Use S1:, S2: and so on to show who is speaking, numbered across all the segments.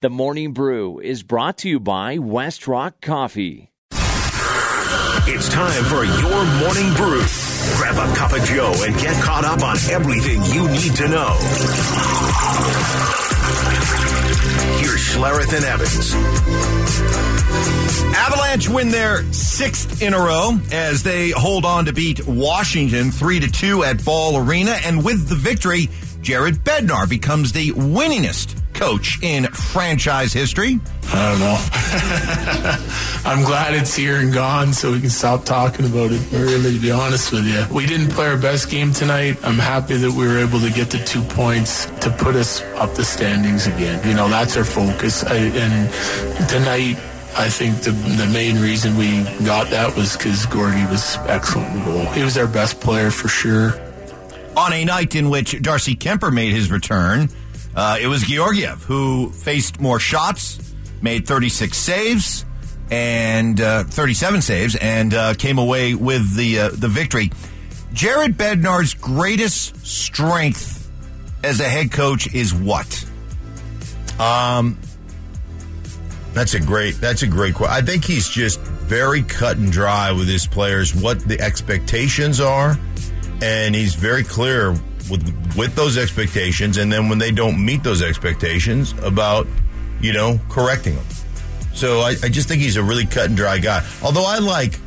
S1: The Morning Brew is brought to you by West Rock Coffee.
S2: It's time for your morning brew. Grab a cup of Joe and get caught up on everything you need to know. Here's Schlereth and Evans.
S3: Avalanche win their sixth in a row as they hold on to beat Washington 3 to 2 at Ball Arena. And with the victory, Jared Bednar becomes the winningest coach in franchise history.
S4: I don't know. I'm glad it's here and gone so we can stop talking about it. Really, to be honest with you. We didn't play our best game tonight. I'm happy that we were able to get the two points to put us up the standings again. You know, that's our focus. I, and tonight, I think the, the main reason we got that was because Gorgie was excellent in goal. He was our best player for sure.
S3: On a night in which Darcy Kemper made his return, uh, it was Georgiev who faced more shots, made 36 saves and uh, 37 saves, and uh, came away with the uh, the victory. Jared Bednar's greatest strength as a head coach is what?
S5: Um, That's a great. That's a great question. I think he's just very cut and dry with his players, what the expectations are, and he's very clear with with those expectations. And then when they don't meet those expectations, about you know correcting them. So I, I just think he's a really cut and dry guy. Although I like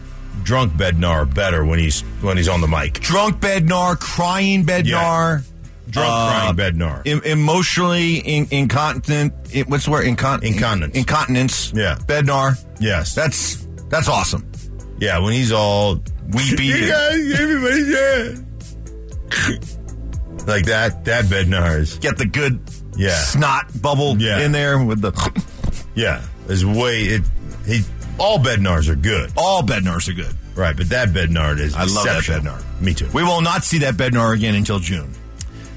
S5: drunk Bednar better when he's when he's on the mic.
S3: Drunk Bednar, crying Bednar.
S5: Drunk
S3: uh,
S5: crying Bednar.
S3: em- emotionally in- incontinent. in- what's the word? Incon-
S5: Incontinence.
S3: Incontinence.
S5: Yeah.
S3: Bednar.
S5: yes,
S3: That's that's awesome.
S5: yeah. When he's all weepy.
S3: You
S5: everybody's like that. That Bednar is.
S3: Get the good
S5: Yeah.
S3: snot bubble
S5: Yeah.
S3: in there with the
S5: Yeah, is way it. He all Bednars are good,
S3: all Bednars are good.
S5: right? But that Bednar is.
S3: I love that
S5: exceptional.
S3: Bednar.
S5: Me too.
S3: We will not see that Bednar again until June.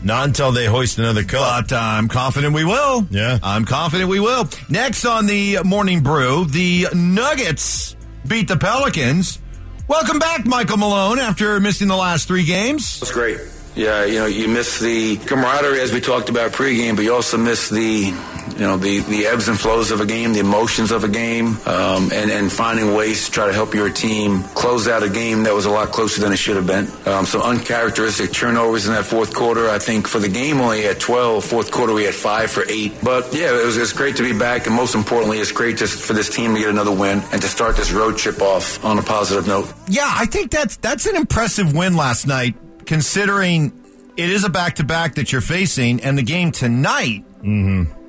S5: Not until they hoist another cup.
S3: But uh, I'm confident we will.
S5: Yeah.
S3: I'm confident we will. Next on the morning brew, the Nuggets beat the Pelicans. Welcome back, Michael Malone, after missing the last three games.
S6: It's great. Yeah, you know, you miss the camaraderie as we talked about pregame, but you also miss the, you know, the, the ebbs and flows of a game, the emotions of a game, um, and and finding ways to try to help your team close out a game that was a lot closer than it should have been. Um, some uncharacteristic turnovers in that fourth quarter. I think for the game only at 12. Fourth quarter we had five for eight. But yeah, it was it's great to be back, and most importantly, it's great just for this team to get another win and to start this road trip off on a positive note.
S3: Yeah, I think that's that's an impressive win last night, considering it is a back to back that you're facing, and the game tonight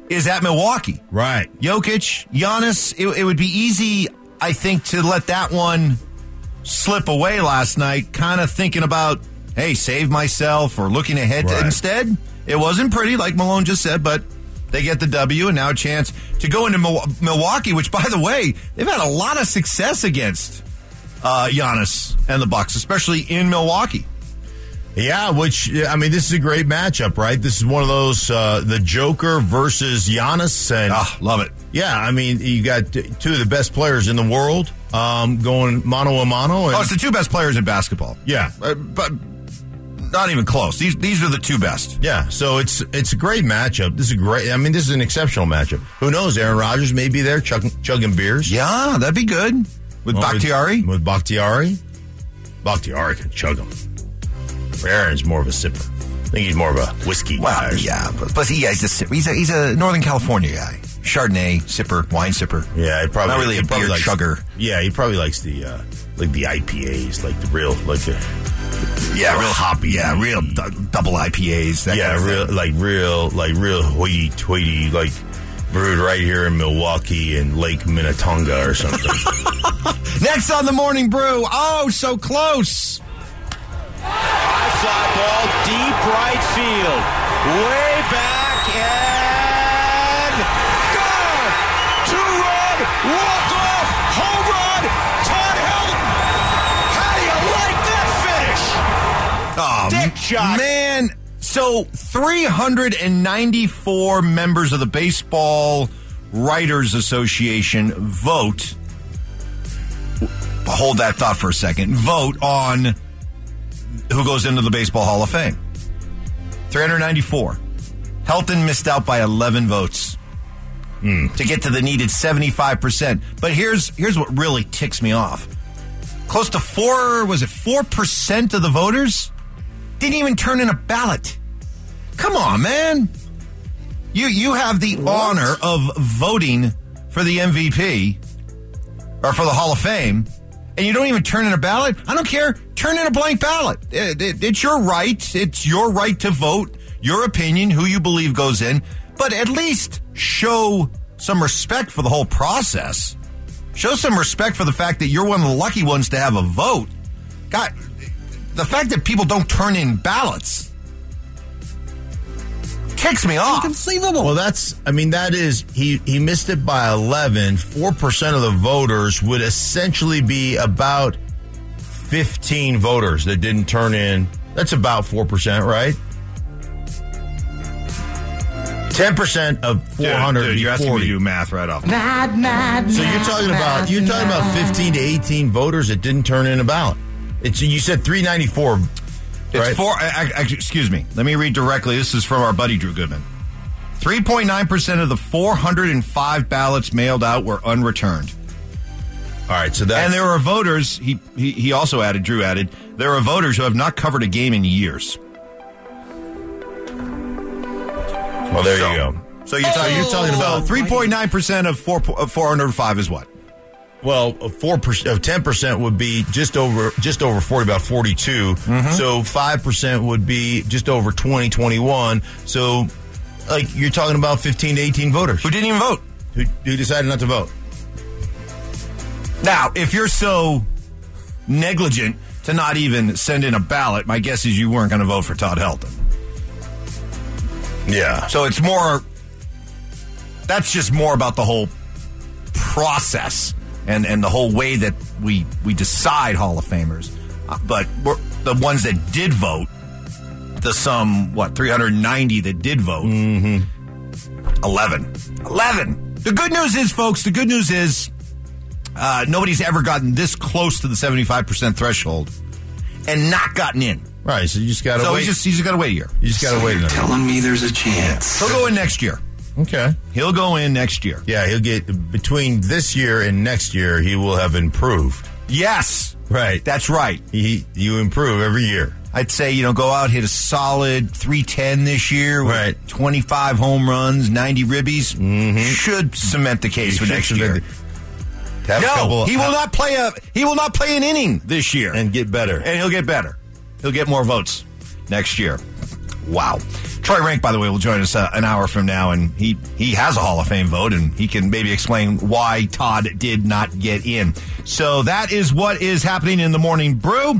S3: is at Milwaukee.
S5: right.
S3: Jokic, Giannis, it, it would be easy, I think, to let that one slip away last night, kind of thinking about, hey, save myself or looking ahead to-
S5: Right.
S3: instead. It wasn't pretty, like Malone just said, but they get the W and now a chance to go into Mil- Milwaukee, which, by the way, they've had a lot of success against uh, Giannis and the Bucks, especially in Milwaukee.
S5: Yeah, which I mean, this is a great matchup, right? This is one of those uh, the Joker versus Giannis, and
S3: Ah, love it.
S5: yeah, I mean, you got t- two of the best players in the world um, going mano a mano. And,
S3: Oh, it's the two best players in basketball.
S5: yeah,
S3: Uh, but not even close. These these are the two best.
S5: Yeah, so it's it's a great matchup. This is a great. I mean, this is an exceptional matchup. Who knows? Aaron Rodgers may be there chugging, chugging beers.
S3: Yeah, that'd be good. With
S5: Or with-
S3: Bakhtiari?
S5: With Bakhtiari. Bakhtiari can chug them. Aaron's more of a sipper. I think he's more of a whiskey guy.
S3: Well, yeah, but, but he, he's, a, sip- he's, a, he's a Northern California guy. Chardonnay sipper, wine sipper.
S5: Yeah, he probably
S3: Not really
S5: he
S3: a
S5: probably
S3: beer
S5: likes,
S3: chugger.
S5: Yeah, he probably likes the uh, like the IPAs, like the real, like the
S3: Yeah, real hoppy. Yeah, real d- double IPAs. That
S5: yeah,
S3: kind of
S5: real,
S3: thing.
S5: like real, like real hoity toity, like brewed right here in Milwaukee and Lake Minnetonka or something.
S3: Next on the morning brew. Oh, so close.
S7: Fly ball deep right field. Way back and goal! Two run, walk off, home run, Todd Helton. How do you like that finish?
S3: Oh,
S7: Dick shot.
S3: Man, so 394 members of the Baseball Writers Association vote. Hold that thought for a second. Vote on who goes into the Baseball Hall of Fame. 394. Helton missed out by 11 votes. to get to the needed 75%. But here's here's what really ticks me off. Close to 4 was it 4% of the voters didn't even turn in a ballot. Come on, man. You you have the honor of voting for the MVP or for the Hall of Fame, and you don't even turn in a ballot, I don't care. Turn in a blank ballot. It- it- it's your right. It's your right to vote, your opinion, who you believe goes in, but at least show some respect for the whole process. Show some respect for the fact that you're one of the lucky ones to have a vote. God, the fact that people don't turn in ballots ticks me off.
S8: Inconceivable.
S5: Well, that's, I mean, that is, he, he missed it by 11. 4% of the voters would essentially be about 15 voters that didn't turn in. That's about 4%, right? 10% of 400.
S3: Dude, dude, you're asking me to do math right off.
S5: So you're talking about you're talking about 15 to 18 voters that didn't turn in a ballot. It's you said 394.
S3: It's
S5: right?
S3: four. ac- ac- excuse me. Let me read directly. This is from our buddy Drew Goodman. 3.9% of the 405 ballots mailed out were unreturned.
S5: All right, so that's
S3: and there are voters, he, he, he also added, Drew added, there are voters who have not covered a game in years.
S5: well, there you go.
S3: So you're, talking,
S5: you're talking about-
S3: So 3.9% of, four, of 405 is what?
S5: Well, four percent, ten percent would be just over just over forty, about 42
S3: Mm-hmm.
S5: So five percent would be just over 20, 21. So, like you're talking about 15 to 18 voters
S3: Who didn't even vote.
S5: who, who decided not to vote.
S3: Now, if you're so negligent to not even send in a ballot, my guess is you weren't going to vote for Todd Helton.
S5: Yeah.
S3: So it's more. That's just more about the whole process and and the whole way that we we decide Hall of Famers. Uh, But we're, the ones that did vote, the some what 390 that did vote, mm-hmm. 11, 11. The good news is, folks. The good news is, uh, nobody's ever gotten this close to the 75 percent threshold and not gotten in.
S5: Right. So you just got to
S3: So
S5: wait.
S3: he's just he's just got to wait a year.
S5: you just got to wait. Another.
S6: Telling me there's a chance.
S3: He'll go in next year.
S5: Okay.
S3: He'll go in next year.
S5: Yeah, he'll get between this year and next year. He will have improved.
S3: Yes.
S5: Right.
S3: That's right.
S5: He, you improve every year.
S3: I'd say, you know, go out, hit a solid 310 this year with
S5: Right. Mm-hmm.
S3: 25 home runs, 90 ribbies. Should cement the case for next year.
S5: Have a
S3: no,
S5: couple-
S3: he will not play a he will not play an inning this year.
S5: and get better.
S3: and he'll get better. He'll get more votes next year. Wow. Troy Rank, by the way, will join us uh, an hour from now, and he, he has a Hall of Fame vote, and he can maybe explain why Todd did not get in. So that is what is happening in the morning brew.